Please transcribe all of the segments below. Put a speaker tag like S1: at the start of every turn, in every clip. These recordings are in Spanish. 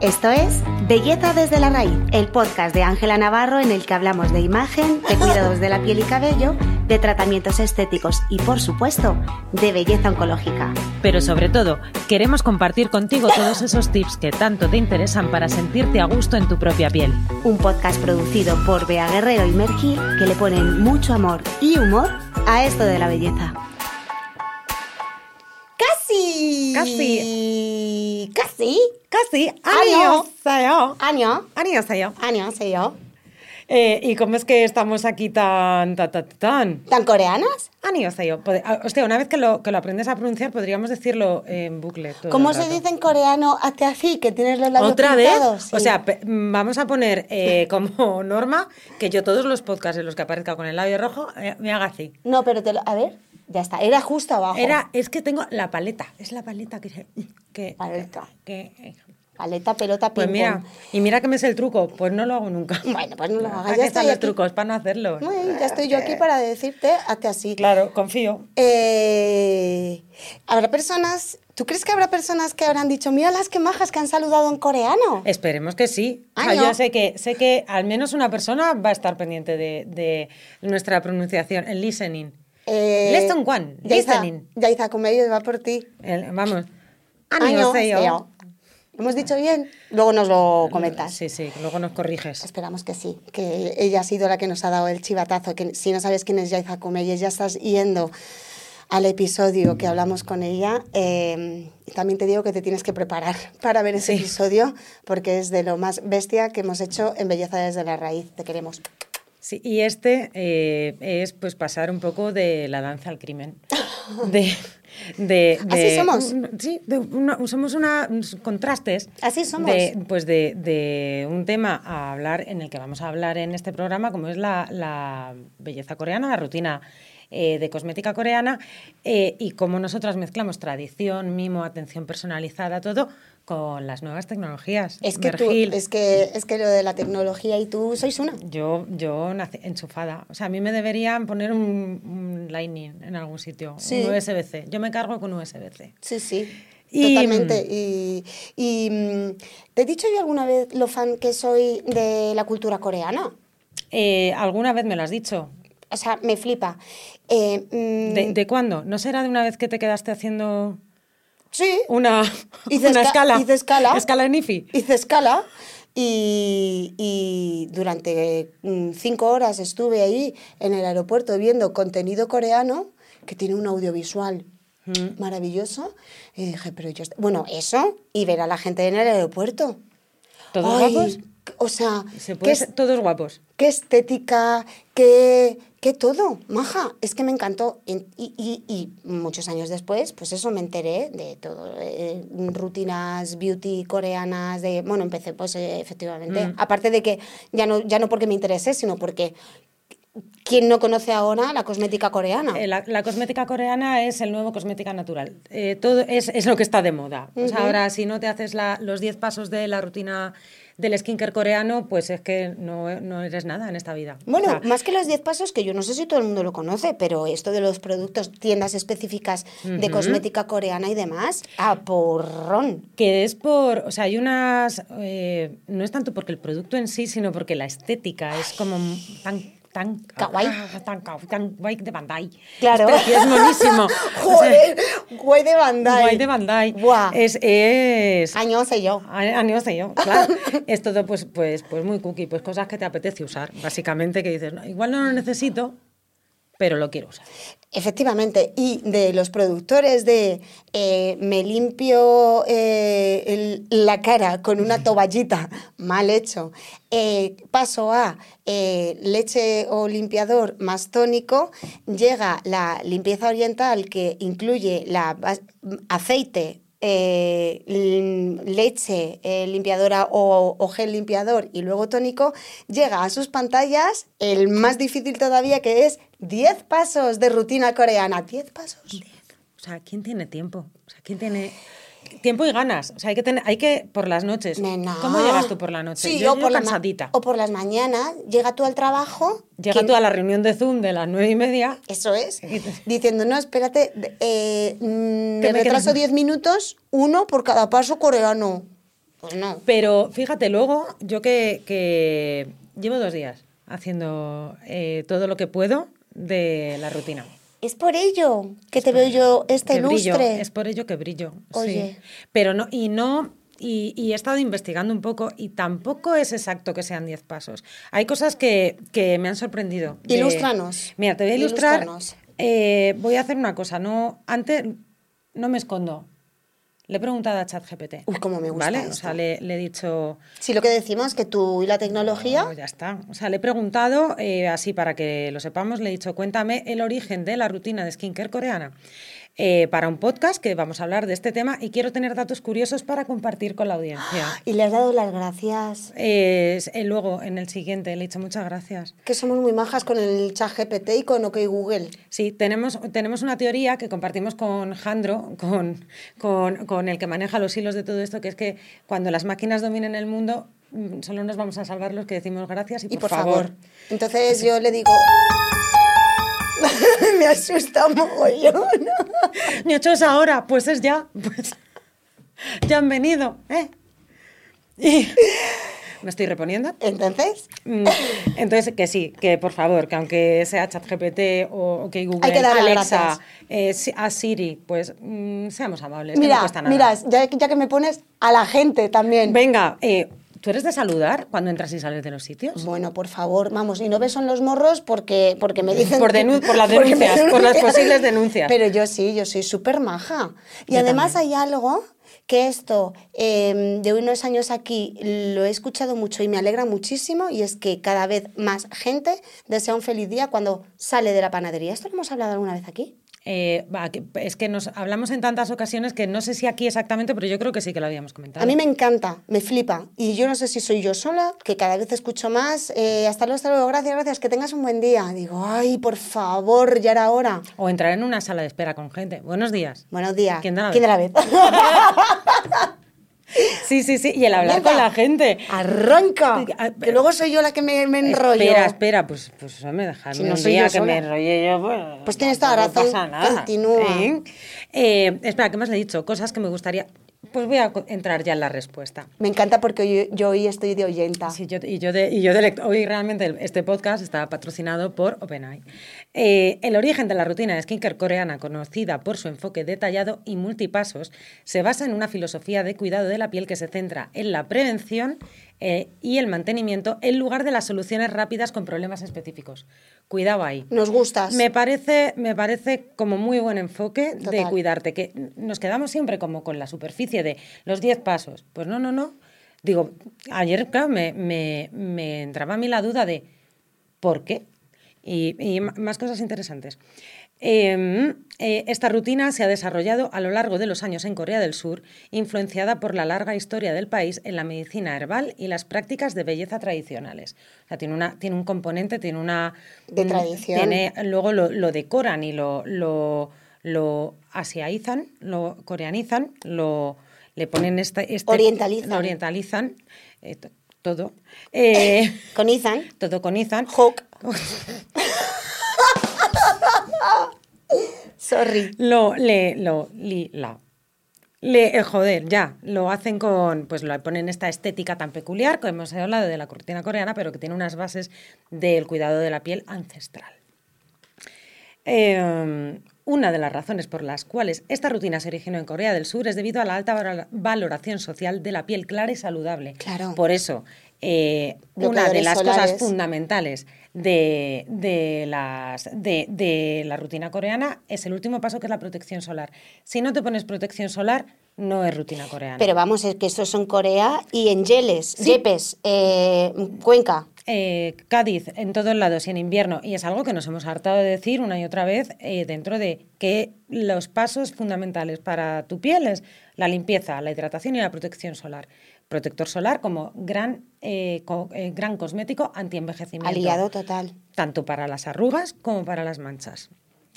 S1: Esto es Belleza desde la raíz, el podcast de Ángela Navarro en el que hablamos de imagen, de cuidados de la piel y cabello, de tratamientos estéticos y, por supuesto, de belleza oncológica.
S2: Pero sobre todo, queremos compartir contigo todos esos tips que tanto te interesan para sentirte a gusto en tu propia piel.
S1: Un podcast producido por Bea Guerrero y Mergil que le ponen mucho amor y humor a esto de la belleza.
S3: ¡Casi!
S1: ¡Casi!
S3: ¡Casi!
S1: ¡Casi!
S3: ¡Año!
S1: ¡Año!
S3: ¡Año!
S1: ¡Año! yo.
S3: Eh, ¿Y cómo es que estamos aquí tan, tan, tan, tan?
S1: ¿Tan coreanas?
S3: Annyeonghaseyo. Pod- ah, Hostia, una vez que lo, que lo aprendes a pronunciar, podríamos decirlo en bucle. todo
S1: ¿Cómo
S3: el
S1: se
S3: rato.
S1: dice en coreano hazte así, que tienes los labios
S3: ¿Otra vez?
S1: pintados? Sí.
S3: O sea, pe- mm, vamos a poner eh, como norma que yo todos los podcasts en los que aparezca con el labio rojo eh, me haga así.
S1: No, pero te lo... A ver, ya está. Era justo abajo.
S3: Era, es que tengo la paleta, es la paleta que... que
S1: Paleta.
S3: que-
S1: Paleta, pelota, ping
S3: pues mira, y mira que me es el truco, pues no lo hago nunca.
S1: Bueno, pues no lo hagas,
S3: Aquí
S1: ya
S3: están
S1: estoy
S3: los
S1: aquí.
S3: trucos para no hacerlo.
S1: ya estoy yo aquí para decirte hazte así.
S3: Claro, confío.
S1: Eh, habrá personas... ¿Tú crees que habrá personas que habrán dicho, mira las que majas que han saludado en coreano?
S3: Esperemos que sí. O
S1: Ah,
S3: sea,
S1: no.
S3: Yo sé que, sé que al menos una persona va a estar pendiente de, de nuestra pronunciación, el listening.
S1: Eh,
S3: Lesson one,
S1: Yaiza,
S3: listening.
S1: Yaiza, Comello, va por ti.
S3: El- vamos. E
S1: Año,
S3: Annyeonghaseyo.
S1: seo. ¿Hemos dicho bien? Luego nos lo comentas.
S3: Sí, sí, luego nos corriges.
S1: Esperamos que sí, que ella ha sido la que nos ha dado el chivatazo, que si no sabes quién es Yaiza Kumeyes, ya estás yendo al episodio que hablamos con ella. Eh, y también te digo que te tienes que preparar para ver ese
S3: Sí.
S1: episodio, porque es de lo más bestia que hemos hecho en Belleza desde la Raíz. Te queremos.
S3: Sí, y este eh, es pues pasar un poco de la danza al crimen. De, de-
S1: Así
S3: de-
S1: somos.
S3: un- sí, de una- somos una, unos contrastes.
S1: Así somos.
S3: de, pues de, de un tema a hablar en el que vamos a hablar en este programa, como es la, la belleza coreana, la rutina eh, de cosmética coreana, eh, y cómo nosotras mezclamos tradición, mimo, atención personalizada, todo con las nuevas tecnologías.
S1: Es que, tú,
S3: Vergil.
S1: es, que, es que lo de la tecnología y tú sois una.
S3: Yo, yo nací enchufada. O sea, a mí me deberían poner un, un Lightning en algún sitio,
S1: Sí.
S3: un USB-C. Yo me cargo con USB-C.
S1: Sí, sí.
S3: Y- mm,
S1: Totalmente. Y, y, mm, te he dicho yo alguna vez lo fan que soy de la cultura coreana.
S3: Eh, ¿Alguna vez me lo has dicho?
S1: O sea, me flipa. Eh, mm,
S3: ¿De, de cuándo? ¿No será de una vez que te quedaste haciendo
S1: sí,
S3: una,
S1: Hice
S3: una
S1: esca-
S3: escala?
S1: hice escala.
S3: en IFI.
S1: hice escala y, y durante mm, cinco horas estuve ahí en el aeropuerto viendo contenido coreano que tiene un audiovisual maravilloso. Y dije, pero yo... est- Bueno, eso y ver a la gente en el aeropuerto.
S3: ¿Todos
S1: Ay,
S3: guapos?
S1: O sea,
S3: Se
S1: qué
S3: puede
S1: es-
S3: ser- todos guapos.
S1: qué estética, qué, qué todo, maja, es que me encantó. Y, y- y- y muchos años después, pues eso me enteré de todo, eh, rutinas beauty coreanas, de, bueno, empecé pues eh, efectivamente, aparte de que ya no, ya no porque me interesé, sino porque quien no conoce ahora la cosmética coreana.
S3: Eh, La, la cosmética coreana es el nuevo cosmética natural. Eh, todo es, es lo que está de moda. O sea, ahora, si no te haces la- los 10 pasos de la rutina del skincare coreano, pues es que no, no eres nada en esta vida. O
S1: Bueno,
S3: sea,
S1: más que los 10 pasos, que yo no sé si todo el mundo lo conoce, pero esto de los productos, tiendas específicas de cosmética coreana y demás, a porrón.
S3: que es por, o sea, hay unas, eh, no es tanto porque el producto en sí, sino porque la estética es como tan, tan,
S1: Kawaii.
S3: ah, tan, kaw- tan guay de Bandai.
S1: Claro.
S3: Es, precioso, es monísimo. O sea,
S1: Joder, guay de Bandai.
S3: guay de Bandai.
S1: Buah.
S3: Es, es,
S1: Año sé yo.
S3: A- a no sé yo, claro. es todo pues, pues, pues muy cookie, pues cosas que te apetece usar, básicamente, que dices, "No, igual no lo necesito, pero lo quiero usar.
S1: Efectivamente, y de los productores de eh, me limpio eh, el- la cara con una toballita, mal hecho, eh, paso a eh, leche o limpiador más tónico, llega la limpieza oriental que incluye la bas- aceite, eh, lim- leche eh, limpiadora o, o gel limpiador y luego tónico, llega a sus pantallas el más difícil todavía que es 10 pasos de rutina coreana. 10 pasos.
S3: O sea, ¿quién tiene tiempo? O sea, ¿quién tiene Tiempo y ganas. O sea, hay que tener, hay que por las noches.
S1: Nena.
S3: ¿Cómo llegas tú por la noche?
S1: Sí, yo
S3: yo llego
S1: por la ma-
S3: cansadita.
S1: o por las mañanas, llega tú al trabajo.
S3: Llega
S1: que-
S3: tú a la reunión de Zoom de las nueve y media.
S1: Eso es. Diciendo, no, espérate, de- eh, mm,
S3: Que
S1: me
S3: me
S1: retraso
S3: quedan-
S1: 10 minutos, uno por cada paso coreano. Pues no.
S3: Pero fíjate, luego yo que, que llevo dos días haciendo eh, todo lo que puedo de la rutina.
S1: Es por ello que te veo yo este
S3: Que brillo,
S1: lustre.
S3: es por ello que brillo. sí.
S1: Oye.
S3: Pero no, y no. Y, y he estado investigando un poco y tampoco es exacto que sean 10 pasos. Hay cosas que, que me han sorprendido. de-
S1: Ilústranos.
S3: Mira, te voy a ilustrar.
S1: Ilústranos.
S3: Eh, voy a hacer una cosa. No, antes no me escondo. Le he preguntado a ChatGPT.
S1: Uy, cómo me gusta
S3: ¿Vale? O
S1: esto.
S3: sea, le- le he dicho,
S1: Si lo que decimos que tú y la tecnología,
S3: no, ya está. O sea, le he preguntado, eh, así para que lo sepamos, le he dicho, cuéntame el origen de la rutina de skincare coreana eh, para un podcast que vamos a hablar de este tema y quiero tener datos curiosos para compartir con la audiencia.
S1: y le has dado las gracias.
S3: Eh, eh, luego, en el siguiente, le he dicho muchas gracias.
S1: Que somos muy majas con el chat GPT y con OK Google.
S3: Sí, tenemos, tenemos una teoría que compartimos con Jandro, con, con, con el que maneja los hilos de todo esto, que es que cuando las máquinas dominen el mundo, mm, solo nos vamos a salvar los que decimos gracias y por,
S1: Y por favor.
S3: favor.
S1: Entonces yo le digo. me asusta mogollón.
S3: Ni ocho es ahora, pues es ya. Pues, ya han venido, ¿eh? Y me estoy reponiendo.
S1: Entonces,
S3: Mm, Entonces, que sí, que por favor, que aunque sea ChatGPT o, o que Google,
S1: Hay que darle
S3: Alexa,
S1: gracias.
S3: eh, si- a Siri, pues mm, seamos amables, que no
S1: mira,
S3: cuesta nada.
S1: mira, ya, ya que me pones a la gente también.
S3: Venga, eh, ¿tú eres de saludar cuando entras y sales de los sitios?
S1: pues, Bueno, por favor, vamos, y no beso en los morros porque, porque me dicen...
S3: Por denu- por las
S1: porque me
S3: denuncias, por las
S1: denuncian.
S3: posibles denuncias.
S1: Pero yo sí, yo soy súper maja. Y
S3: Yo
S1: además
S3: también.
S1: hay algo que esto, eh, de unos años aquí, lo he escuchado mucho y me alegra muchísimo, y es que cada vez más gente desea un feliz día cuando sale de la panadería. ¿Esto lo hemos hablado alguna vez aquí?
S3: Eh, va, que- es que nos hablamos en tantas ocasiones que no sé si aquí exactamente, pero yo creo que sí que lo habíamos comentado.
S1: A mí me encanta, me flipa. Y yo no sé si soy yo sola, que cada vez escucho más. eh, hasta luego, hasta luego, gracias, gracias, que tengas un buen día. Digo, ay, por favor, ya era hora.
S3: O entrar en una sala de espera con gente. Buenos días.
S1: Buenos días.
S3: ¿Quién da la
S1: vez?
S3: Sí, sí, sí. Y el hablar con la gente.
S1: Arranca.
S3: Ah,
S1: Que luego soy yo la que me, me enrollo.
S3: Espera, espera, pues, pues me dejadme
S1: Si no
S3: un
S1: soy
S3: día
S1: yo
S3: que me
S1: sola.
S3: enrolle yo. Pues,
S1: Pues tienes toda
S3: tampoco
S1: razón.
S3: pasa nada,
S1: Continúa.
S3: ¿eh? Eh, espera, ¿qué más le he dicho? Cosas que me gustaría. Pues voy a co- entrar ya en la respuesta.
S1: Me encanta porque yo, yo hoy estoy de oyenta.
S3: Sí, yo- y yo de, y yo de lect- hoy realmente el- este podcast está patrocinado por OpenAI. Eh, el origen de la rutina de skincare coreana, conocida por su enfoque detallado y multipasos, se basa en una filosofía de cuidado de la piel que se centra en la prevención eh, y el mantenimiento en lugar de las soluciones rápidas con problemas específicos. Cuidado ahí.
S1: Nos gustas.
S3: Me parece, me parece como muy buen enfoque de
S1: Total.
S3: cuidarte, que nos quedamos siempre como con la superficie de los 10 pasos. Pues no, no, no. Digo, ayer, claro, me, me- me entraba a mí la duda de por qué. Y, y m- más cosas interesantes. Eh, eh, esta rutina se ha desarrollado a lo largo de los años en Corea del Sur, influenciada por la larga historia del país en la medicina herbal y las prácticas de belleza tradicionales. O sea, tiene, una, tiene un componente, tiene una...
S1: De
S3: mm,
S1: tradición.
S3: Tiene luego lo, lo decoran y lo, lo, lo asiaizan, lo coreanizan, lo, le ponen este... este-
S1: Orientalizan.
S3: lo orientalizan, eh, to- todo. Eh,
S1: Con Ethan.
S3: todo con izan.
S1: Hawk. Sorry.
S3: Lo, le, lo, li, la. Le, eh, joder, ya, lo hacen con, pues lo ponen esta estética tan peculiar, como hemos hablado de la cortina coreana, pero que tiene unas bases del cuidado de la piel ancestral. Eh, una de las razones por las cuales esta rutina se originó en Corea del Sur es debido a la alta valo- valoración social de la piel clara y saludable.
S1: Claro.
S3: Por eso, eh, una de
S1: Bloqueadores
S3: las cosas
S1: solares.
S3: fundamentales de, de las, de, de la rutina coreana es el último paso que es la protección solar. Si no te pones protección solar, no es rutina coreana.
S1: Pero vamos, es que esto es en Corea y en Yeles,
S3: Sí.
S1: Yepes, eh, Cuenca.
S3: Eh, Cádiz, en todos lados y en invierno, y es algo que nos hemos hartado de decir una y otra vez eh, dentro de que los pasos fundamentales para tu piel es la limpieza, la hidratación y la protección solar. Protector solar como gran, eh, co- eh, gran cosmético antienvejecimiento.
S1: Aliado total.
S3: Tanto para las arrugas como para las manchas.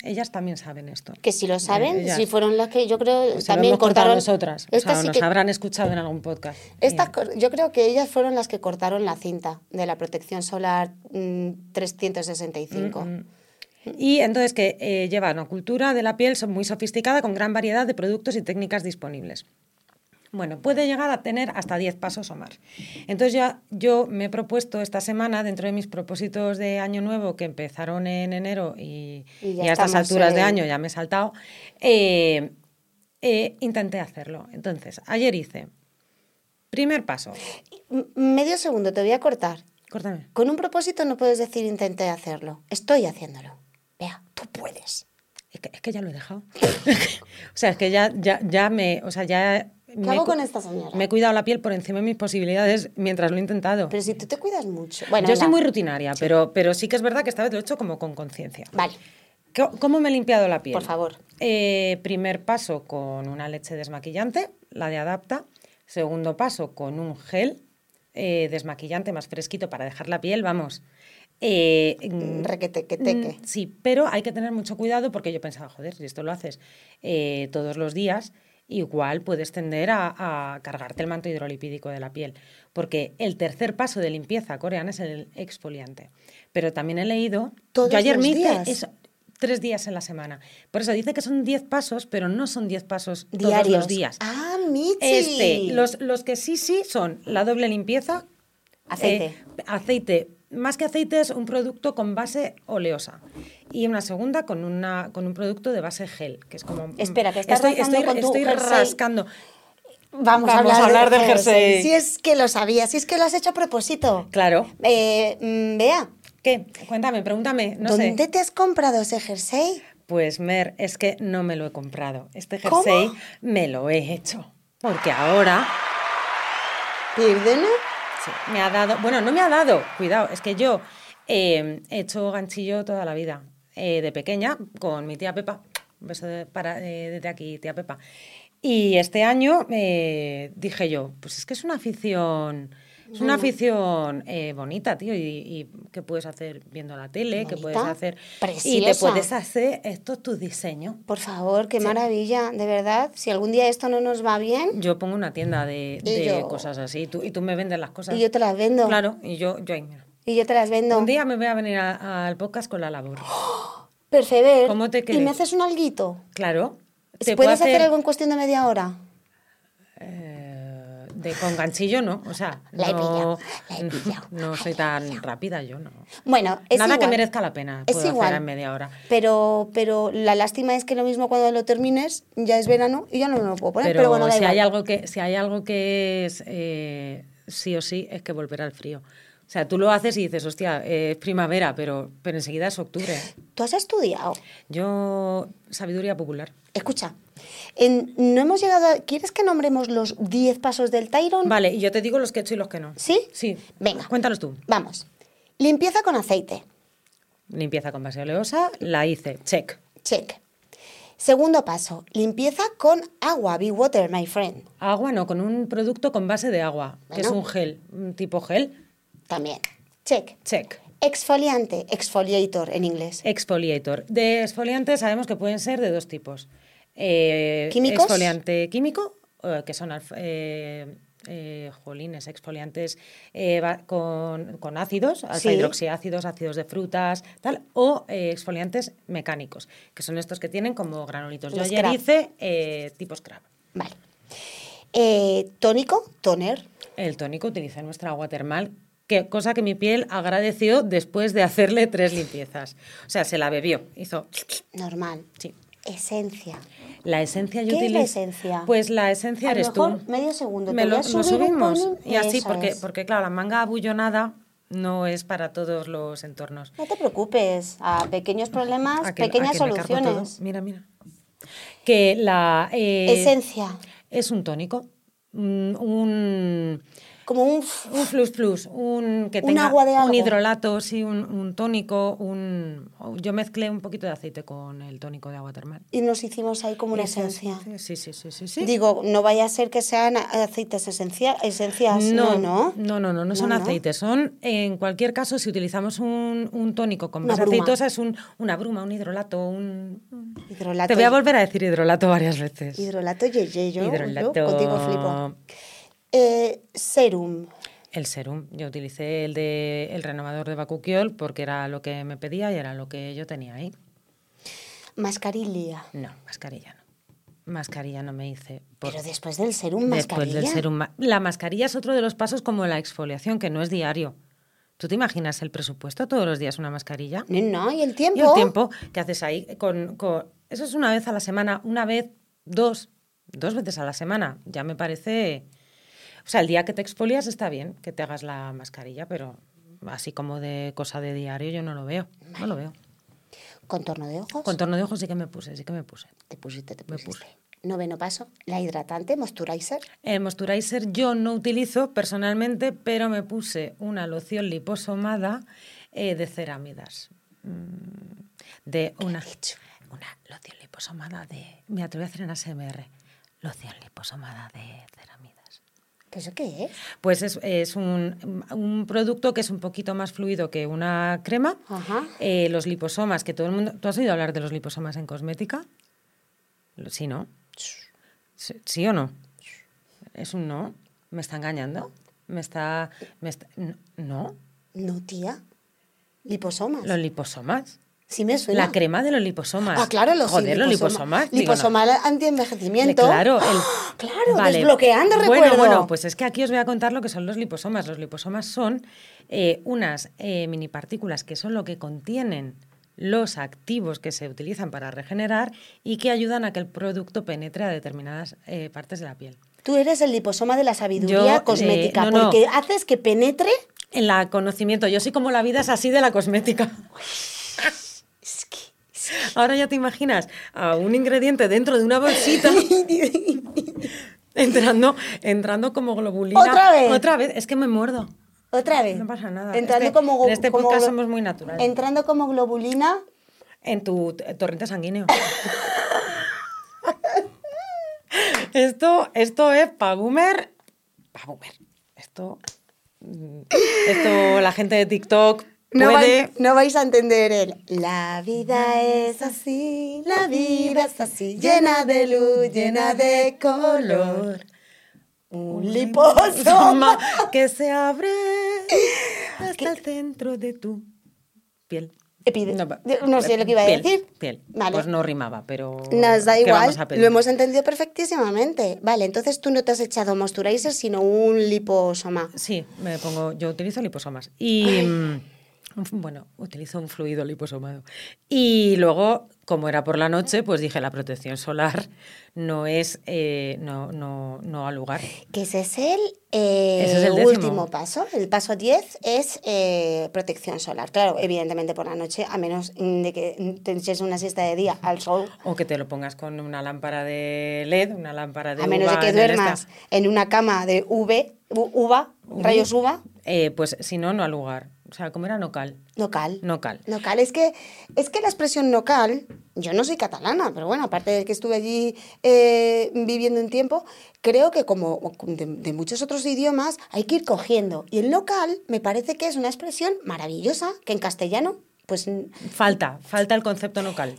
S3: ellas también saben esto.
S1: Que si lo saben,
S3: Ellas.
S1: si fueron las que yo creo
S3: O sea, Pues lo
S1: también
S3: hemos contado
S1: cortaron.
S3: nosotras. O
S1: Estas
S3: sea,
S1: sí
S3: nos
S1: que-
S3: habrán escuchado en algún podcast.
S1: estas
S3: Bien.
S1: cor- yo creo que ellas fueron las que cortaron la cinta de la protección solar mm, 365.
S3: Y entonces que eh, lleva una cultura de la piel so- muy sofisticada con gran variedad de productos y técnicas disponibles. Bueno, puede llegar a tener hasta 10 pasos o más. Entonces ya yo me he propuesto esta semana, dentro de mis propósitos de año nuevo que empezaron en enero y,
S1: Y ya
S3: y a estas
S1: estamos,
S3: alturas de
S1: eh,
S3: año ya me he saltado, eh, eh, intenté hacerlo. Entonces, ayer hice, primer paso,
S1: M- Medio segundo, te voy a cortar.
S3: córtame.
S1: Con un propósito no puedes decir intenté hacerlo. Estoy haciéndolo. Vea, tú puedes.
S3: Es que, es que ya lo he dejado. o sea, es que ya, ya, ya me. O sea, ya.
S1: ¿Qué
S3: me
S1: hago
S3: cu-
S1: con esta señora?
S3: Me he cuidado la piel por encima de mis posibilidades mientras lo he intentado.
S1: Pero si tú te cuidas mucho. Bueno,
S3: Yo soy
S1: la-
S3: muy rutinaria, pero, pero sí que es verdad que esta vez lo he hecho como con conciencia.
S1: Vale,
S3: Co- ¿Cómo me he limpiado la piel?
S1: por favor.
S3: Eh, primer paso con una leche desmaquillante, la de Adapta. Segundo paso con un gel eh, desmaquillante más fresquito para dejar la piel, vamos. Eh, mm,
S1: Requete, que
S3: Mm, Sí, pero hay que tener mucho cuidado porque yo pensaba, joder, si esto lo haces eh, todos los días, igual puedes tender a, a cargarte el manto hidrolipídico de la piel. Porque el tercer paso de limpieza coreana es el exfoliante. Pero también he leído.
S1: Todos
S3: yo ayer
S1: los
S3: me hice
S1: días.
S3: eso, tres días en la semana. Por eso dice que son 10 pasos, pero no son 10 pasos todos
S1: Diarios.
S3: los días.
S1: Ah, Michi.
S3: Este, los, los que sí, sí son la doble limpieza.
S1: Aceite.
S3: eh, aceite. Más que aceite es un producto con base oleosa. Y una segunda con, una, con un producto de base gel, que es como...
S1: Espera, que estás
S3: estoy,
S1: rascando
S3: estoy-
S1: con tu
S3: estoy
S1: jersey.
S3: rascando.
S1: Vamos, a hablar,
S3: Vamos a hablar del jersey.
S1: Si es que lo sabías, si es que lo has hecho a propósito.
S3: Claro.
S1: Eh, mm, Bea,
S3: ¿Qué? Cuéntame, pregúntame, no
S1: ¿dónde
S3: sé.
S1: te has comprado ese jersey?
S3: Pues Mer, es que no me lo he comprado. Este
S1: ¿Cómo?
S3: jersey me lo he hecho. Porque ahora
S1: ¿Perdona?
S3: Sí, me ha dado. Bueno, no me ha dado, cuidado, es que yo eh, he hecho ganchillo toda la vida, eh, de pequeña, con mi tía Pepa. Un beso de- para, eh, desde aquí, tía Pepa. Y este año eh, dije yo, pues es que es una afición. Es
S1: Mm.
S3: una afición eh, bonita, tío, y, y que puedes hacer viendo la tele, que puedes
S1: Bonita,
S3: hacer... Y te
S1: preciosa.
S3: puedes hacer estos tus diseños.
S1: Por favor, qué maravilla, de verdad. Si algún día esto no nos va bien,
S3: Yo pongo una tienda de,
S1: Y
S3: de
S1: yo-
S3: cosas así, tú- y tú me vendes las cosas.
S1: y yo te las vendo.
S3: Claro, y yo, yo ahí, mira.
S1: Y yo te las vendo.
S3: Un día me voy a venir a- al podcast con la labor.
S1: Persever.
S3: ¿Cómo te
S1: y
S3: crees?
S1: me haces un alguito.
S3: Claro.
S1: ¿Puedes
S3: se puede
S1: hacer... algo en cuestión de media hora?
S3: eh, de, con ganchillo no, o sea,
S1: La he
S3: no,
S1: pillado, la he pillado,
S3: no soy tan rápida yo, no.
S1: Bueno, es
S3: Nada que
S1: igual.
S3: merezca la pena
S1: Es
S3: puedo hacer
S1: igual.
S3: en media hora.
S1: Pero, pero la lástima es que lo mismo cuando lo termines, ya es verano y ya no me lo puedo poner. Pero,
S3: Pero,
S1: bueno, da
S3: si,
S1: igual.
S3: hay algo que, si hay algo que es eh, sí o sí, es que volver al frío. O sea, tú lo haces y dices, hostia, eh, es primavera, pero, pero enseguida es octubre.
S1: Tú has estudiado.
S3: Yo, sabiduría popular.
S1: Escucha, en- no hemos llegado a... ¿Quieres que nombremos los 10 pasos del Tyron?
S3: Vale, y yo te digo los que he hecho y los que no.
S1: ¿Sí?
S3: Sí.
S1: Venga.
S3: Cuéntalos tú.
S1: Vamos. Limpieza con aceite.
S3: Limpieza con base oleosa, la hice, check.
S1: Check. Segundo paso. Limpieza con agua. Be water, my friend.
S3: Agua no, con un producto con base de agua, que es
S1: Bueno.
S3: un gel, un tipo gel,
S1: También. Check.
S3: check.
S1: Exfoliante. Exfoliator en inglés.
S3: Exfoliator. De exfoliantes sabemos que pueden ser de dos tipos. Eh,
S1: ¿Químicos?
S3: Exfoliante químico, eh, que son alf- eh, eh, jolines, exfoliantes eh, va- con, con ácidos, alfa
S1: Sí.
S3: hidroxiácidos, ácidos de frutas, tal, o eh, exfoliantes mecánicos, que son estos que tienen como granulitos. Yo
S1: Los
S3: ayer
S1: scrub.
S3: hice eh, tipo scrub.
S1: Vale. Eh, tónico. Toner.
S3: El tónico utiliza nuestra agua termal, que, cosa que mi piel agradeció después de hacerle tres limpiezas. O sea, se la bebió, hizo...
S1: Normal.
S3: Sí.
S1: Esencia.
S3: La esencia yo
S1: ¿Qué es la
S3: utilizo-
S1: esencia?
S3: Pues la esencia
S1: A lo
S3: eres
S1: mejor
S3: tú.
S1: medio segundo, te
S3: Me
S1: voy
S3: lo,
S1: a
S3: lo
S1: subir un
S3: subimos
S1: ponin-
S3: y así,
S1: Eso
S3: porque,
S1: es.
S3: porque claro, la manga abullonada no es para todos los entornos.
S1: No te preocupes. A pequeños problemas,
S3: A que- a
S1: pequeñas
S3: que me cargo
S1: soluciones.
S3: todo. Mira, mira. Que la... eh,
S1: Esencia.
S3: es un tónico. mm, Un,
S1: como un...
S3: Un flux plus, un que
S1: Un
S3: tenga
S1: agua de algo.
S3: un hidrolato, sí, un, un tónico, un yo mezclé un poquito de aceite con el tónico de agua termal.
S1: Y nos hicimos ahí como una esencia.
S3: Sí, sí, sí, sí, sí.
S1: Digo, no vaya a ser que sean aceites esencia- esencias. No, no.
S3: no, no, no, no son
S1: No, no.
S3: aceites, son, en cualquier caso, si utilizamos un, un tónico con
S1: Una
S3: más
S1: bruma.
S3: aceitosa, es un, una bruma, un hidrolato, un... un-
S1: Hidrolato.
S3: Te voy a volver a decir hidrolato varias veces.
S1: Hidrolato yeye, yo,
S3: Hidrolato.
S1: yo contigo flipo. Eh, serum.
S3: El serum. Yo utilicé el de el renovador de Bacuquiol porque era lo que me pedía y era lo que yo tenía ahí.
S1: Mascarilla.
S3: No, mascarilla no. Mascarilla no me hice. por-
S1: Pero después del serum,
S3: Pues después
S1: mascarilla.
S3: del serum. ma- La mascarilla es otro de los pasos como la exfoliación, que no es diario. ¿Tú te imaginas el presupuesto todos los días una mascarilla?
S1: No, no, ¿y el
S3: Y
S1: tiempo?
S3: el tiempo que haces ahí con, con- Eso es una vez a la semana, una vez, dos, dos veces a la semana. Ya me parece... O sea, el día que te exfolias está bien que te hagas la mascarilla, pero así como de cosa de diario yo no lo veo. No lo veo.
S1: Contorno de ojos.
S3: Contorno de ojos sí que me puse, sí que me puse.
S1: Te pusiste, te
S3: Me
S1: pusiste. Noveno paso, la hidratante, moisturizer.
S3: El moisturizer yo no utilizo personalmente, pero me puse una loción liposomada eh, de cerámidas. Mm, De una, una loción liposomada de. Me atrevo a hacer en ASMR. Loción liposomada de cerámidas.
S1: ¿Que ¿Eso qué es?
S3: Pues es, es un, un producto que es un poquito más fluido que una crema.
S1: Ajá.
S3: Eh, los liposomas, que todo el mundo. ¿Tú has oído hablar de los liposomas en cosmética? Lo- Sí, ¿no? Sí, ¿sí o no? Es un no. ¿Me está engañando? ¿Me está.? Me está n- ¿No?
S1: No, tía. Liposomas.
S3: ¿Los liposomas?
S1: Sí me suena.
S3: La crema de los liposomas.
S1: Ah, claro, los sí,
S3: Joder, los
S1: liposoma-
S3: liposomas. digo, no.
S1: Liposoma anti-envejecimiento.
S3: Eh, Claro, el-
S1: ¡Ah! Claro,
S3: Vale.
S1: desbloqueando
S3: Bueno,
S1: recuerdo.
S3: bueno, pues es que aquí os voy a contar lo que son los liposomas. Los liposomas son eh, unas eh, minipartículas que son lo que contienen los activos que se utilizan para regenerar y que ayudan a que el producto penetre a determinadas eh, partes de la piel.
S1: Tú eres el liposoma de la sabiduría
S3: Yo, eh,
S1: cosmética,
S3: no, no.
S1: porque haces que penetre.
S3: En la conocimiento, yo soy como la vida es así de la cosmética.
S1: Es que-
S3: Ahora ya te imaginas a un ingrediente dentro de una bolsita entrando, entrando como globulina.
S1: Otra vez.
S3: Otra vez, es que me muerdo.
S1: Otra vez.
S3: No pasa nada.
S1: Entrando
S3: Este-
S1: como, glo-
S3: en este
S1: como
S3: podcast
S1: glo-
S3: somos muy naturales.
S1: Entrando como globulina.
S3: En tu t- torrente sanguíneo. esto, esto es pa' boomer. Pa' boomer. Esto, mm, esto la gente de TikTok
S1: No,
S3: puede...
S1: vai- no vais a entender el. La vida es así, la vida es así, llena de luz, llena de color. Un liposoma.
S3: Toma, que se abre hasta el centro de tu piel.
S1: Epide-
S3: pa-
S1: no sé lo que iba a
S3: piel,
S1: decir.
S3: Piel.
S1: Vale.
S3: Pues no rimaba, pero.
S1: Nos da
S3: ¿qué
S1: igual,
S3: vamos a pedir?
S1: lo hemos entendido perfectísimamente. Vale, entonces tú no te has echado moisturizer, sino un liposoma.
S3: Sí, me pongo. Yo utilizo liposomas. Y. mm, un f- Bueno, utilizo un fluido liposomado. Y luego, como era por la noche, pues dije, la protección solar no es. eh, no, no, no al lugar.
S1: Que ese es el, eh,
S3: Ese es el décimo.
S1: último paso. El paso 10 es eh, protección solar. Claro, evidentemente por la noche, a menos mm, de que te eches una siesta de día al sol,
S3: O que te lo pongas con una lámpara de LED, una lámpara de
S1: a menos de
S3: uva
S1: que
S3: en el
S1: duermas
S3: esta.
S1: en una cama de UV, u- uva, rayos uva,
S3: Eh, pues si no, no al lugar. O sea, como era nocal.
S1: local.
S3: Nocal.
S1: Local, es que, es que la expresión local, yo no soy catalana, pero bueno, aparte de que estuve allí eh, viviendo un tiempo, creo que como de, de muchos otros idiomas hay que ir cogiendo. Y el local me parece que es una expresión maravillosa, que en castellano, pues... n-
S3: Falta, falta el concepto local.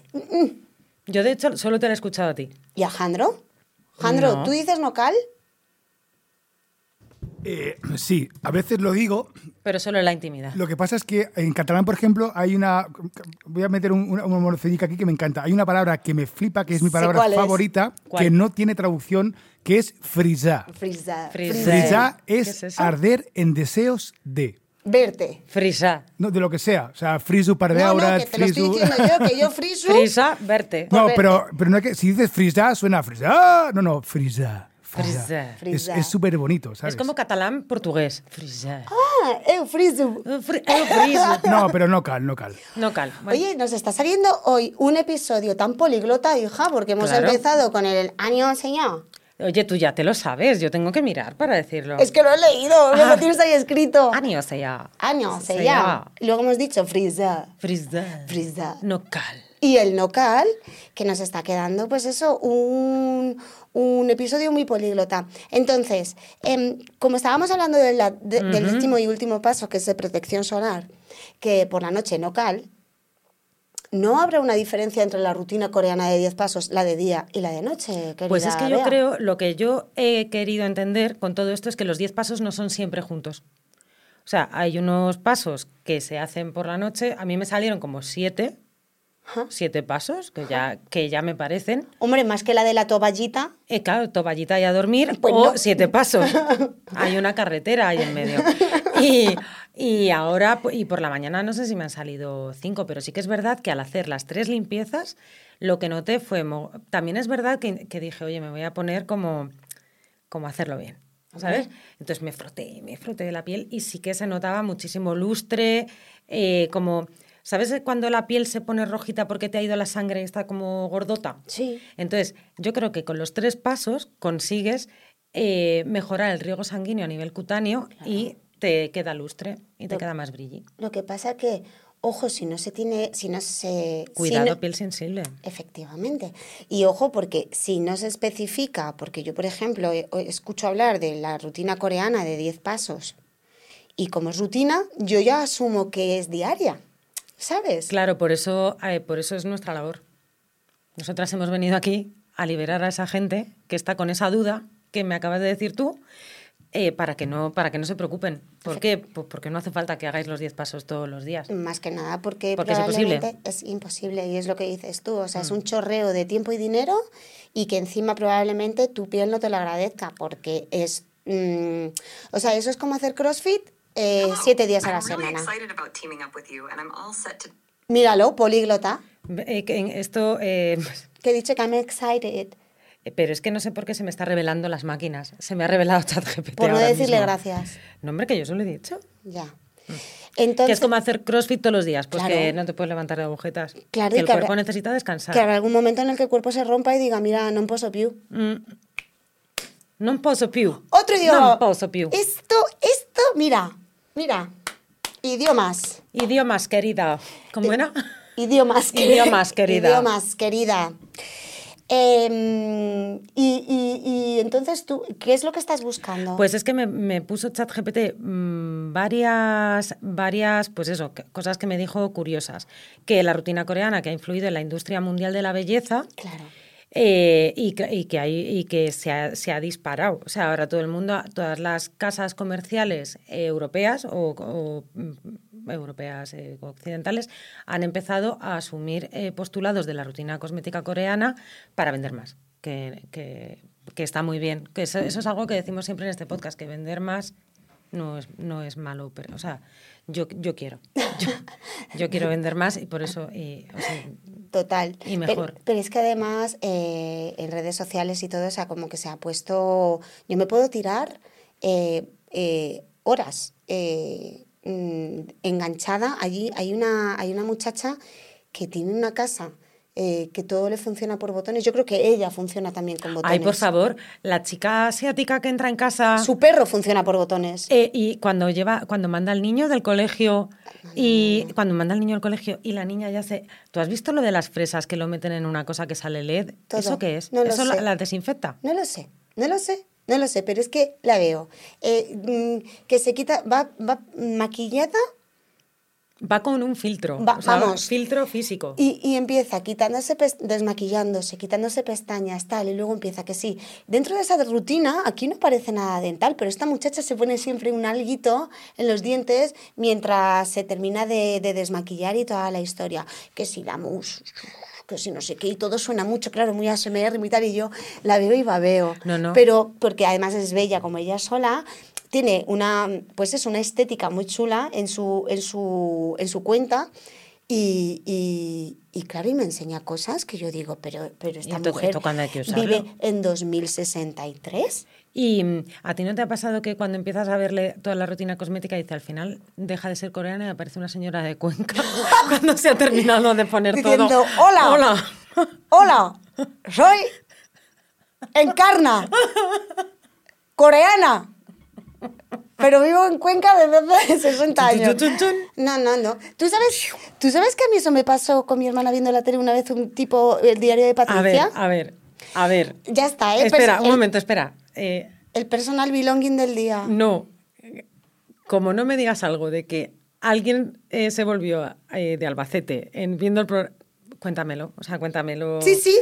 S3: Yo, de hecho, solo te lo he escuchado a ti.
S1: ¿Y a Jandro? Jandro,
S3: No.
S1: ¿tú dices local?
S4: Eh, sí, a veces lo digo.
S3: Pero solo en la intimidad.
S4: Lo que pasa es que en catalán, por ejemplo, hay una. Voy a meter un- una, una morcedica aquí que me encanta. Hay una palabra que me flipa, que es mi
S1: Sé
S4: palabra
S1: cuál es.
S4: favorita,
S3: ¿Cuál?
S4: que no tiene traducción, que es frisar.
S1: Frisa.
S3: Frisar.
S4: Frisar es,
S3: ¿Qué es eso?
S4: arder en deseos de.
S1: Verte.
S3: Frisa.
S4: No, de lo que sea. O sea, frisu par de
S1: No, no,
S4: ahora,
S1: que te lo estoy
S4: frisu-
S1: diciendo yo, que yo friso...
S3: Frisa, verte.
S4: No,
S1: Por
S4: pero, pero no hay que, si dices frisar, suena a frisar. No, no, frisar.
S3: Frisar.
S4: Frisar. Es-
S1: Frisar.
S4: Es súper bonito, ¿sabes?
S3: Es como catalán portugués. Frisa.
S1: Ah, eu friso.
S3: Eh, fri- eh, frisa.
S4: No, pero no cal, no cal.
S3: Nocal. Bueno,
S1: Oye, nos está saliendo hoy un episodio tan poliglota, hija, porque hemos
S3: Claro.
S1: empezado con el año enseñado.
S3: Oye, tú ya te lo sabes, yo tengo que mirar para decirlo.
S1: Es que lo he leído, me
S3: Ah.
S1: lo tienes ahí escrito.
S3: Año se ya.
S1: Año, se llama.
S3: Se llama.
S1: Luego hemos dicho frisa.
S3: Frisdal.
S1: Frisa.
S3: No cal.
S1: Y el local, que nos está quedando, pues eso, un, un episodio muy políglota. Entonces, em, como estábamos hablando de la- de- del último y último paso, que es de protección solar, que por la noche no cal, ¿no habrá una diferencia entre la rutina coreana de 10 pasos, la de día y la de noche? Querida
S3: Pues es que yo
S1: Bea?
S3: creo, lo que yo he querido entender con todo esto es que los 10 pasos no son siempre juntos. O sea, hay unos pasos que se hacen por la noche, a mí me salieron como siete,
S1: Ajá.
S3: siete pasos, que ya, que ya me parecen.
S1: Hombre, más que la de la toballita,
S3: Eh, claro, toballita y a dormir
S1: Pues
S3: o
S1: no.
S3: siete pasos. Hay una carretera ahí en medio. Y, y ahora, pu- y por la mañana, no sé si me han salido cinco, pero sí que es verdad que al hacer las tres limpiezas, lo que noté fue... mo- También es verdad que, que dije, oye, me voy a poner como, como hacerlo bien, ¿sabes? Entonces me froté, me froté de la piel y sí que se notaba muchísimo lustre, eh, como... ¿Sabes cuando la piel se pone rojita porque te ha ido la sangre y está como gordota?
S1: sí.
S3: Entonces, yo creo que con los tres pasos consigues eh, mejorar el riego sanguíneo a nivel cutáneo y te queda lustre y te
S1: Lo-
S3: queda más brilli.
S1: Lo que pasa que, ojo, si no se tiene, si no se... si
S3: Cuidado,
S1: no-
S3: piel sensible.
S1: Efectivamente. Y ojo, porque si no se especifica, porque yo, por ejemplo, eh, o- escucho hablar de la rutina coreana de 10 pasos, y como es rutina, yo ya asumo que es diaria, ¿sabes?
S3: Claro, por eso, eh, por eso es nuestra labor. Nosotras hemos venido aquí a liberar a esa gente que está con esa duda que me acabas de decir tú, eh, para, que no, para que no se preocupen. ¿Por qué? Pues porque no hace falta que hagáis los 10 pasos todos los días.
S1: Más que nada porque,
S3: Porque es imposible. Mm.
S1: probablemente es imposible y es lo que dices tú, o sea, es un chorreo de tiempo y dinero y que encima probablemente tu piel no te lo agradezca porque es, mm, o sea, eso es como hacer CrossFit eh,
S5: Hello.
S1: siete días a la
S5: I'm really
S1: semana.
S5: excited about teaming up with you, and I'm all set to.
S1: Míralo, políglota,
S3: Eh, que en esto eh,
S1: que he dicho que I'm excited.
S3: Eh, Pero es que no sé por qué se me está revelando las máquinas. Se me ha revelado ChatGPT.
S1: Por no
S3: ahora
S1: decirle
S3: mismo.
S1: gracias.
S3: No, hombre, que yo se lo he dicho.
S1: Ya.
S3: Mm. que
S1: Entonces,
S3: es como hacer crossfit todos los días, pues
S1: Claro.
S3: que no te puedes levantar de agujetas.
S1: Claro, y
S3: que el
S1: que habrá-
S3: cuerpo necesita descansar.
S1: que habrá algún momento en el que el cuerpo se rompa y diga, mira, no puedo più.
S3: No Mm. posso più.
S1: Otro idioma.
S3: No posso più.
S1: Esto, esto, mira, mira. Idiomas.
S3: Idiomas, querida.
S1: Eh,
S3: ¿Cómo era?
S1: Idiomas, querida.
S3: Idiomas, querida.
S1: Idiomas, querida. Em, y, y- y entonces tú, ¿qué es lo que estás buscando?
S3: Pues es que me, me puso ChatGPT mm, varias, varias, pues eso, c- cosas que me dijo curiosas. Que la rutina coreana que ha influido en la industria mundial de la belleza,
S1: Claro.
S3: Eh, y, cla- y que, hay, y que se, ha, se ha disparado. O sea, ahora todo el mundo, todas las casas comerciales eh, europeas o, o, mm, europeas eh, occidentales han empezado a asumir eh, postulados de la rutina cosmética coreana para vender más, que, que- que está muy bien. Que eso, eso es algo que decimos siempre en este podcast, que vender más no es, no es malo. Pero, o sea, yo, yo quiero. Yo, yo quiero vender más y por eso... y, o sea,
S1: Total.
S3: Y
S1: Pe-
S3: mejor.
S1: Pero, es que además eh, en redes sociales y todo, o sea, como que se ha puesto. Yo me puedo tirar eh, eh, horas eh, mm, enganchada. Allí hay una, hay una muchacha que tiene una casa eh, que todo le funciona por botones. Yo creo que ella funciona también con botones.
S3: Ay, por favor, la chica asiática que entra en casa
S1: Su perro funciona por botones.
S3: eh, y cuando lleva, cuando manda al niño del colegio y cuando manda al niño al colegio y la niña ya se. ¿Tú has visto lo de las fresas que lo meten en una cosa que sale LED?
S1: Todo.
S3: ¿Eso qué es?
S1: No lo
S3: Eso
S1: sé.
S3: la, la desinfecta.
S1: No lo sé, no lo sé, no lo sé, pero es que la veo. Eh, mm, que se quita, va, va maquillada
S3: Va con un filtro.
S1: Va-
S3: o sea,
S1: vamos.
S3: Filtro físico.
S1: Y, y empieza quitándose, pes- desmaquillándose, quitándose pestañas, tal, y luego empieza que sí. Dentro de esa rutina, aquí no parece nada dental, pero esta muchacha se pone siempre un alguito en los dientes mientras se termina de, de desmaquillar y toda la historia. Que si la mus, que si no sé qué, y todo suena mucho, claro, muy ASMR y tal, y yo la veo y babeo.
S3: No, no.
S1: Pero, porque además es bella como ella sola, tiene una, pues es una estética muy chula en su, en su, en su cuenta. Y, y- y claro, y me enseña cosas que yo digo, pero, pero esta
S3: esto-
S1: mujer
S3: esto cuándo hay que usarlo?
S1: vive en 2063.
S3: Y mm, a ti no te ha pasado que cuando empiezas a verle toda la rutina cosmética dice al final deja de ser coreana y aparece una señora de Cuenca cuando se ha terminado de poner
S1: Diciendo,
S3: todo.
S1: "Hola".
S3: Hola.
S1: Hola, soy Encarna. Coreana. Pero vivo en Cuenca desde hace 60 años.
S3: Chun, chun, chun,
S1: No, no, no. ¿Tú sabes, ¿Tú sabes que a mí eso me pasó con mi hermana viendo la tele una vez un tipo, el diario de
S3: A ver,
S1: Patricia?
S3: a ver, a ver.
S1: Ya está, ¿eh?
S3: Espera,
S1: Pues
S3: un
S1: el-
S3: momento, espera. Eh,
S1: El personal belonging del día.
S3: no, como no me digas algo de que alguien eh, se volvió eh, de Albacete en viendo el programa, cuéntamelo, o sea, cuéntamelo.
S1: Sí, sí.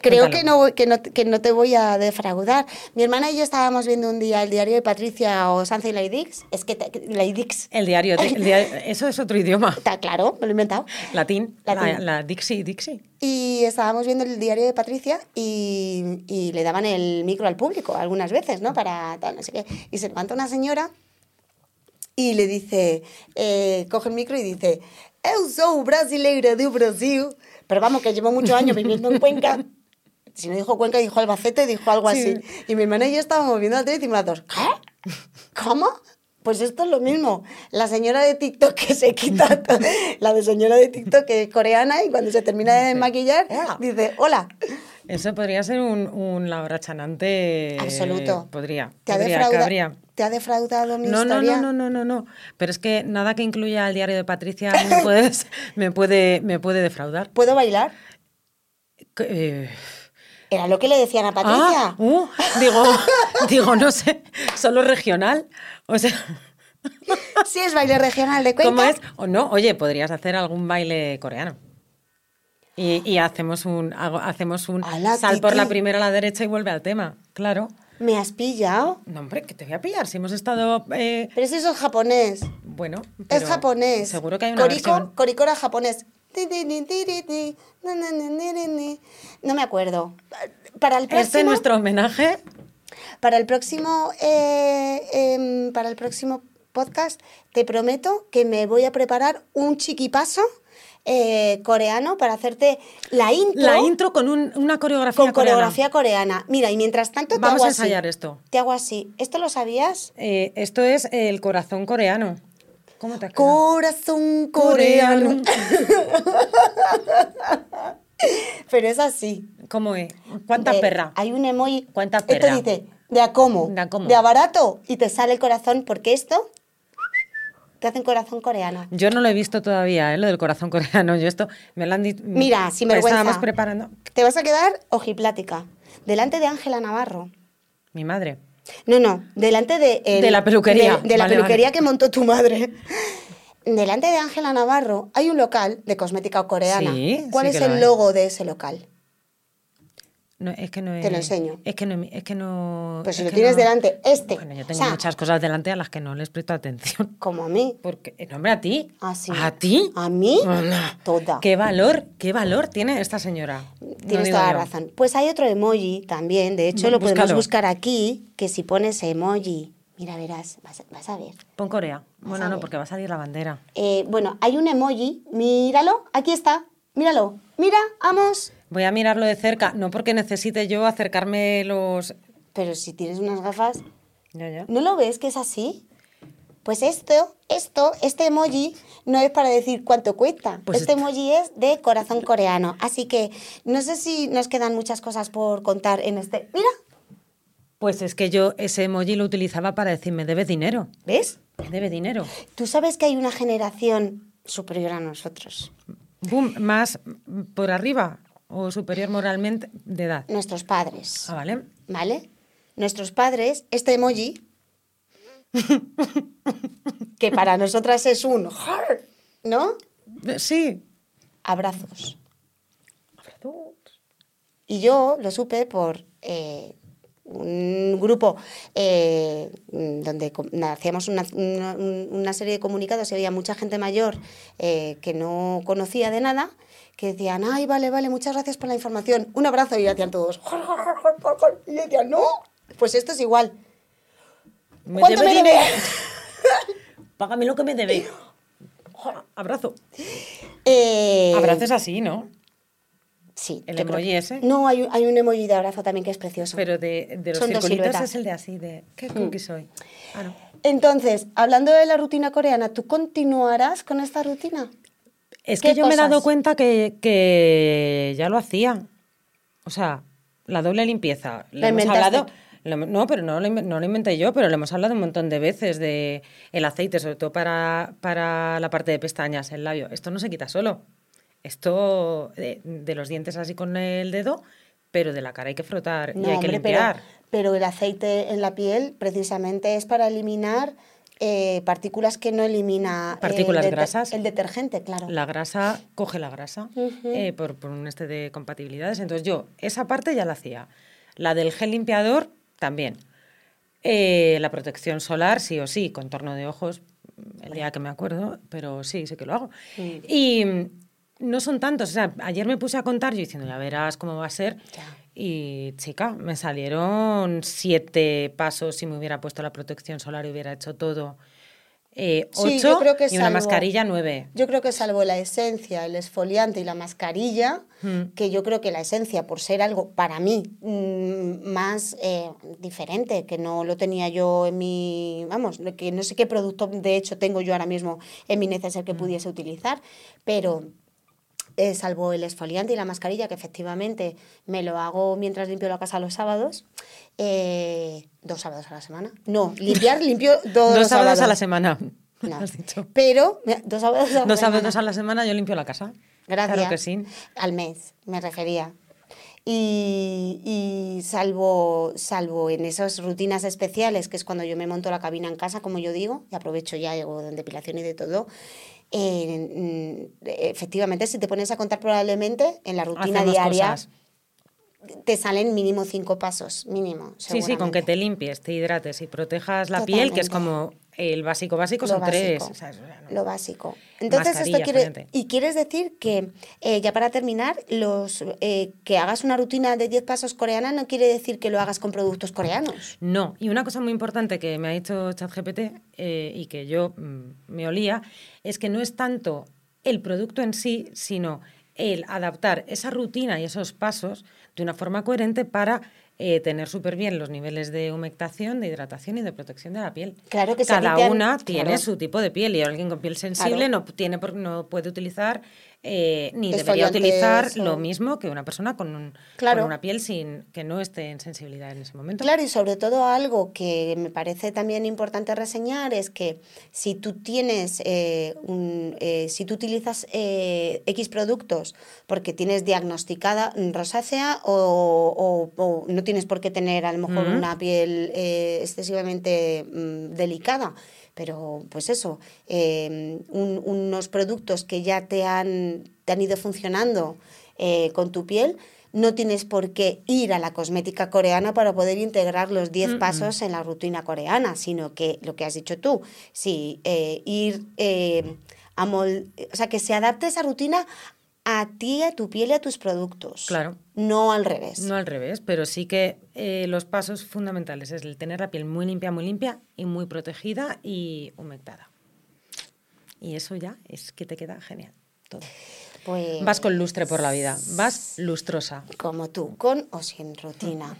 S1: Creo que
S3: Cuéntalo.
S1: no, que, no, que no te voy a defraudar. Mi hermana y yo estábamos viendo un día el diario de Patricia o Sansa y Lady Es que te- Lady Dix.
S3: El diario, de- el diario- eso es otro idioma,
S1: Está claro, me lo he inventado.
S3: latín, La,
S1: Latín.
S3: la Dixie, Dixie.
S1: Y estábamos viendo el diario de Patricia y, y le daban el micro al público algunas veces, ¿no? Para tal, no sé qué. Y se levanta una señora y le dice, eh, coge el micro y dice, eu sou brasileira do Brasil. Pero vamos, que llevo muchos años viviendo en Cuenca. Si no dijo Cuenca, dijo Albacete, dijo algo
S3: Sí.
S1: así. Y mi hermana y yo estábamos viendo la tele y decimos las dos, ¿qué? ¿Cómo? Pues esto es lo mismo. La señora de TikTok que se quita, to- la de señora de TikTok que es coreana y cuando se termina de maquillar
S3: "Hola".
S1: dice, hola,
S3: Eso podría ser un, un Laura Chanante. eh,
S1: absoluto.
S3: Podría.
S1: ¿Te ha,
S3: podría,
S1: defrauda-
S3: cabría.
S1: ¿Te ha defraudado mi
S3: No, no,
S1: historia?
S3: no, no, no, no, no. Pero es que nada que incluya el diario de Patricia me, puedes- me puede, me puede defraudar.
S1: ¿Puedo bailar?
S3: Que, eh,
S1: Era lo que le decían a Patricia.
S3: ah, uh, digo, digo, no sé, solo regional. O sea,
S1: Sí, es baile regional de Cuenca.
S3: ¿cómo es? O no, oye, podrías hacer algún baile coreano. Y, y hacemos un, hago- hacemos un
S1: Ala,
S3: sal por la
S1: Titi.
S3: primera a la derecha y vuelve al tema, claro.
S1: ¿Me has pillado?
S3: No, hombre, que te voy a pillar. Si hemos estado. eh,
S1: Pero si eso es japonés.
S3: bueno.
S1: Es
S3: pero
S1: japonés.
S3: Seguro que hay una
S1: Corico,
S3: versión.
S1: Corico era japonés. Ti, ti, ti, ti, ti, ti, na, na, na, na, na, na. No me acuerdo. Para el próximo,
S3: Este es nuestro homenaje.
S1: para el próximo, eh, em, para el próximo podcast, te prometo que me voy a preparar un chiquipaso eh, coreano para hacerte la intro,
S3: La intro con un- una coreografía
S1: con
S3: coreana.
S1: coreografía coreana. Mira, y mientras tanto te
S3: Vamos
S1: hago
S3: a
S1: así.
S3: ensayar esto.
S1: Te hago así. ¿Esto lo sabías?
S3: Eh, esto es el corazón coreano. ¿Cómo te has quedado?
S1: Corazón coreano. Pero es así.
S3: ¿Cómo es? ¿Cuánta
S1: De-
S3: perra?
S1: Hay un emoji.
S3: ¿Cuánta
S1: Esto
S3: perra?
S1: dice, de a cómo,
S3: De a cómo.
S1: barato, y te sale el corazón, porque esto te hace un corazón coreano.
S3: Yo no lo he visto todavía, ¿eh? lo del corazón coreano. Yo esto me lo han dicho.
S1: Mira, sin vergüenza.
S3: Estábamos preparando.
S1: Te vas a quedar ojiplática, delante de Ángela Navarro.
S3: Mi madre.
S1: No, no, delante de... el-
S3: De la peluquería.
S1: De, de la
S3: Vale,
S1: peluquería
S3: vale.
S1: que montó tu madre. Delante de Ángela Navarro hay un local de cosmética coreana.
S3: Sí,
S1: ¿Cuál
S3: sí
S1: es
S3: que
S1: el
S3: lo hay.
S1: logo de ese local?
S3: No, es que no
S1: Te
S3: es-
S1: lo enseño.
S3: Es que no. Es que no
S1: Pues si
S3: es
S1: lo
S3: que
S1: tienes
S3: no-
S1: delante, este.
S3: Bueno, yo tengo
S1: O sea,
S3: muchas cosas delante a las que no les presto atención.
S1: Como a mí.
S3: Porque, eh, no, hombre, a ti.
S1: Así.
S3: ¿A ti?
S1: ¿Ah, ¿A mí?
S3: Hola.
S1: Toda.
S3: ¿Qué valor, qué valor tiene esta señora? No
S1: Tienes
S3: digo
S1: toda la
S3: yo.
S1: razón. Pues hay otro emoji también, de hecho
S3: Bu-
S1: lo podemos
S3: búscalo.
S1: buscar aquí, que si pones emoji, mira, verás, vas, a- vas a ver.
S3: Pon Corea. Bueno,
S1: a
S3: no,
S1: ver.
S3: porque va a salir la bandera.
S1: Eh, bueno, hay un emoji, míralo, aquí está, míralo, mira, vamos.
S3: Voy a mirarlo de cerca, no porque necesite yo acercarme los...
S1: Pero si tienes unas gafas,
S3: Ya, ya.
S1: ¿no lo ves que es así? Pues esto, esto, este emoji no es para decir cuánto cuesta.
S3: Pues
S1: este
S3: este-
S1: emoji es de corazón coreano. Así que no sé si nos quedan muchas cosas por contar en este. Mira,
S3: Pues es que yo ese emoji lo utilizaba para decirme, debes dinero,
S1: ¿ves?
S3: me debes dinero.
S1: Tú sabes que hay una generación superior a nosotros,
S3: Boom, más por arriba o superior moralmente de edad.
S1: nuestros padres,
S3: Ah, vale.
S1: ¿vale? Nuestros padres, este emoji, que para nosotras es un heart, ¿no?
S3: Eh, Sí.
S1: Abrazos. Y yo lo supe por eh, un grupo eh, mm, donde com- na- hacíamos una, una- un- una serie de comunicados y había mucha gente mayor eh, que no conocía de nada, que decían, ay, vale, vale, muchas gracias por la información, un abrazo, y hacían todos, "Jor, jor, jor, jor, jor, jor", y yo decía, no, pues esto es igual.
S3: Me
S1: ¿Cuánto
S3: debes
S1: me
S3: dinero.
S1: debes?
S3: Págame lo que me debe. Abrazo.
S1: Eh,
S3: Abrazo es así, ¿no?
S1: Sí.
S3: el
S1: yo creo
S3: emoji
S1: que-
S3: ese.
S1: No, hay, un- hay un emoji de abrazo también que es precioso.
S3: Pero de, de los
S1: Son dos
S3: circulitos
S1: siluetas. Mm.
S3: es el de así, de qué cookie soy. Ah, no.
S1: Entonces, hablando de la rutina coreana, ¿tú continuarás con esta rutina?
S3: Es
S1: ¿Qué
S3: que yo me he dado
S1: cosas?
S3: cuenta que, que ya lo hacía. O sea, la doble limpieza. Lo
S1: ¿La
S3: hemos
S1: inventaste?
S3: hablado. lo- no, pero no lo, inven- no lo inventé yo, pero lo hemos hablado un montón de veces de el aceite, sobre todo para, para la parte de pestañas, el labio. Esto no se quita solo. Esto de, de los dientes así con el dedo, pero de la cara hay que frotar y
S1: No,
S3: hay que
S1: hombre, pero,
S3: limpiar.
S1: pero el aceite en la piel precisamente es para eliminar eh, partículas que no elimina eh, el
S3: Partículas
S1: deter-
S3: grasas.
S1: el detergente, claro.
S3: La grasa coge la grasa
S1: Ujú.
S3: eh, por, por un este de compatibilidades. Entonces yo esa parte ya la hacía. La del gel limpiador también. Eh, la protección solar, sí o sí, contorno de ojos, el día que me acuerdo, pero sí, sé que lo hago. Y mm, no son tantos. O sea, ayer me puse a contar yo diciendo, ya verás cómo va a ser.
S1: Ya.
S3: Y chica, me salieron siete pasos si me hubiera puesto la protección solar y hubiera hecho todo. Eh, ocho
S1: Sí, yo creo que
S3: y una
S1: salvo-
S3: mascarilla nueve.
S1: Yo creo que salvo la esencia, el esfoliante y la mascarilla,
S3: Hmm.
S1: que yo creo que la esencia, por ser algo para mí mm, más eh, diferente, que no lo tenía yo en mi, vamos, lo que no sé qué producto de hecho tengo yo ahora mismo en mi neceser
S3: Hmm.
S1: que pudiese utilizar, pero eh, salvo el esfoliante y la mascarilla, que efectivamente me lo hago mientras limpio la casa los sábados. eh, dos sábados a la semana. No, limpiar, limpio todos
S3: Dos
S1: los
S3: sábados, a la semana.
S1: No.
S3: Has dicho.
S1: Pero, mira, dos sábados a la
S3: Dos
S1: semana.
S3: sábados a la semana yo limpio la casa.
S1: Gracias.
S3: Claro que sí.
S1: Al mes, me refería. Y, y salvo, salvo en esas rutinas especiales, que es cuando yo me monto la cabina en casa, como yo digo, y aprovecho ya, hago depilación y de todo, eh, mm, efectivamente, si te pones a contar probablemente, en la rutina
S3: Hacemos
S1: diaria
S3: cosas.
S1: te salen mínimo cinco pasos, mínimo.
S3: Sí, sí, con que
S1: seguramente.
S3: te limpies, te hidrates y protejas la piel, que es como
S1: Totalmente.
S3: el básico básico,
S1: Lo
S3: son tres.
S1: básico,
S3: o sea, es- no.
S1: Lo básico. Entonces, esto
S3: Mascarilla,
S1: quiere.
S3: frente.
S1: Y quieres decir que, eh, ya para terminar, los eh, que hagas una rutina de 10 pasos coreana no quiere decir que lo hagas con productos coreanos.
S3: No, y una cosa muy importante que me ha dicho ChatGPT eh, y que yo mm, me olía es que no es tanto el producto en sí, sino el adaptar esa rutina y esos pasos de una forma coherente para eh, tener súper bien los niveles de humectación, de hidratación y de protección de la piel.
S1: Claro que se
S3: Cada
S1: quitan-
S3: una tiene
S1: claro.
S3: su tipo de piel y alguien con piel sensible
S1: Claro.
S3: no, tiene, por- no puede utilizar eh, ni debería
S1: Exfoliantes
S3: utilizar
S1: o-
S3: lo mismo que una persona con, un- con
S1: Claro.
S3: una piel sin que no esté en sensibilidad en ese momento.
S1: Claro, y sobre todo algo que me parece también importante reseñar es que si tú tienes, eh, un- eh, si tú utilizas eh, X productos porque tienes diagnosticada rosácea o, o- o no tienes por qué tener a lo mejor
S3: Ujú.
S1: una piel eh, excesivamente mm, delicada, pero pues eso, eh, un- unos productos que ya te han, te han ido funcionando eh, con tu piel, no tienes por qué ir a la cosmética coreana para poder integrar los 10 pasos en la rutina coreana, sino que lo que has dicho tú, sí, eh, ir eh, a mol- o sea, que se adapte esa rutina a ti, a tu piel y a tus productos.
S3: Claro.
S1: No al revés.
S3: No al revés, pero sí que eh, los pasos fundamentales es el tener la piel muy limpia, muy limpia y muy protegida y humectada. Y eso ya es que te queda genial. Todo.
S1: Pues-
S3: Vas con lustre por la vida, vas lustrosa.
S1: Como tú, con o sin rutina.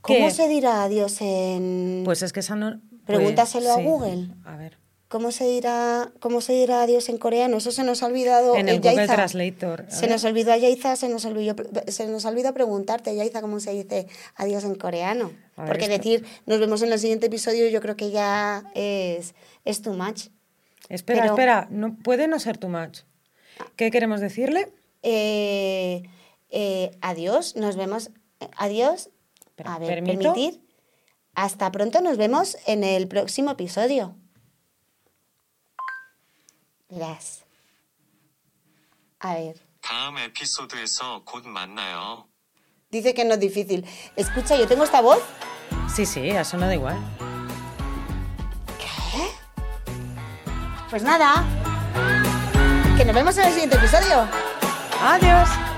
S1: ¿Cómo
S3: Mm. ¿Qué?
S1: se dirá adiós en...
S3: Pues es que esa no. pues,
S1: Pregúntaselo a Google.
S3: A ver.
S1: ¿Cómo se dirá, cómo se dirá adiós en coreano? Eso se nos ha olvidado
S3: En el Google Translator. A
S1: Se
S3: ver.
S1: nos olvidó a Yaiza, se nos olvidó, se nos olvidó preguntarte, Yaiza, cómo se dice adiós en coreano.
S3: A ver,
S1: Porque
S3: esto-
S1: decir nos vemos en el siguiente episodio yo creo que ya es, es too much.
S3: Espera,
S1: Pero-
S3: espera, no puede no ser tu match. ¿Qué queremos decirle?
S1: Eh, eh, adiós, nos vemos. eh, Adiós.
S3: Per-
S1: a ver,
S3: ¿permito?
S1: permitir. Hasta pronto, nos vemos en el próximo episodio. Las. A ver.
S6: 다음 에피소드에서 곧 만나요.
S1: Dice que no es difícil. Escucha, yo tengo esta voz.
S3: Sí, sí, ha sonado igual.
S1: Pues nada. Que nos vemos en el siguiente episodio.
S3: ¡Adiós!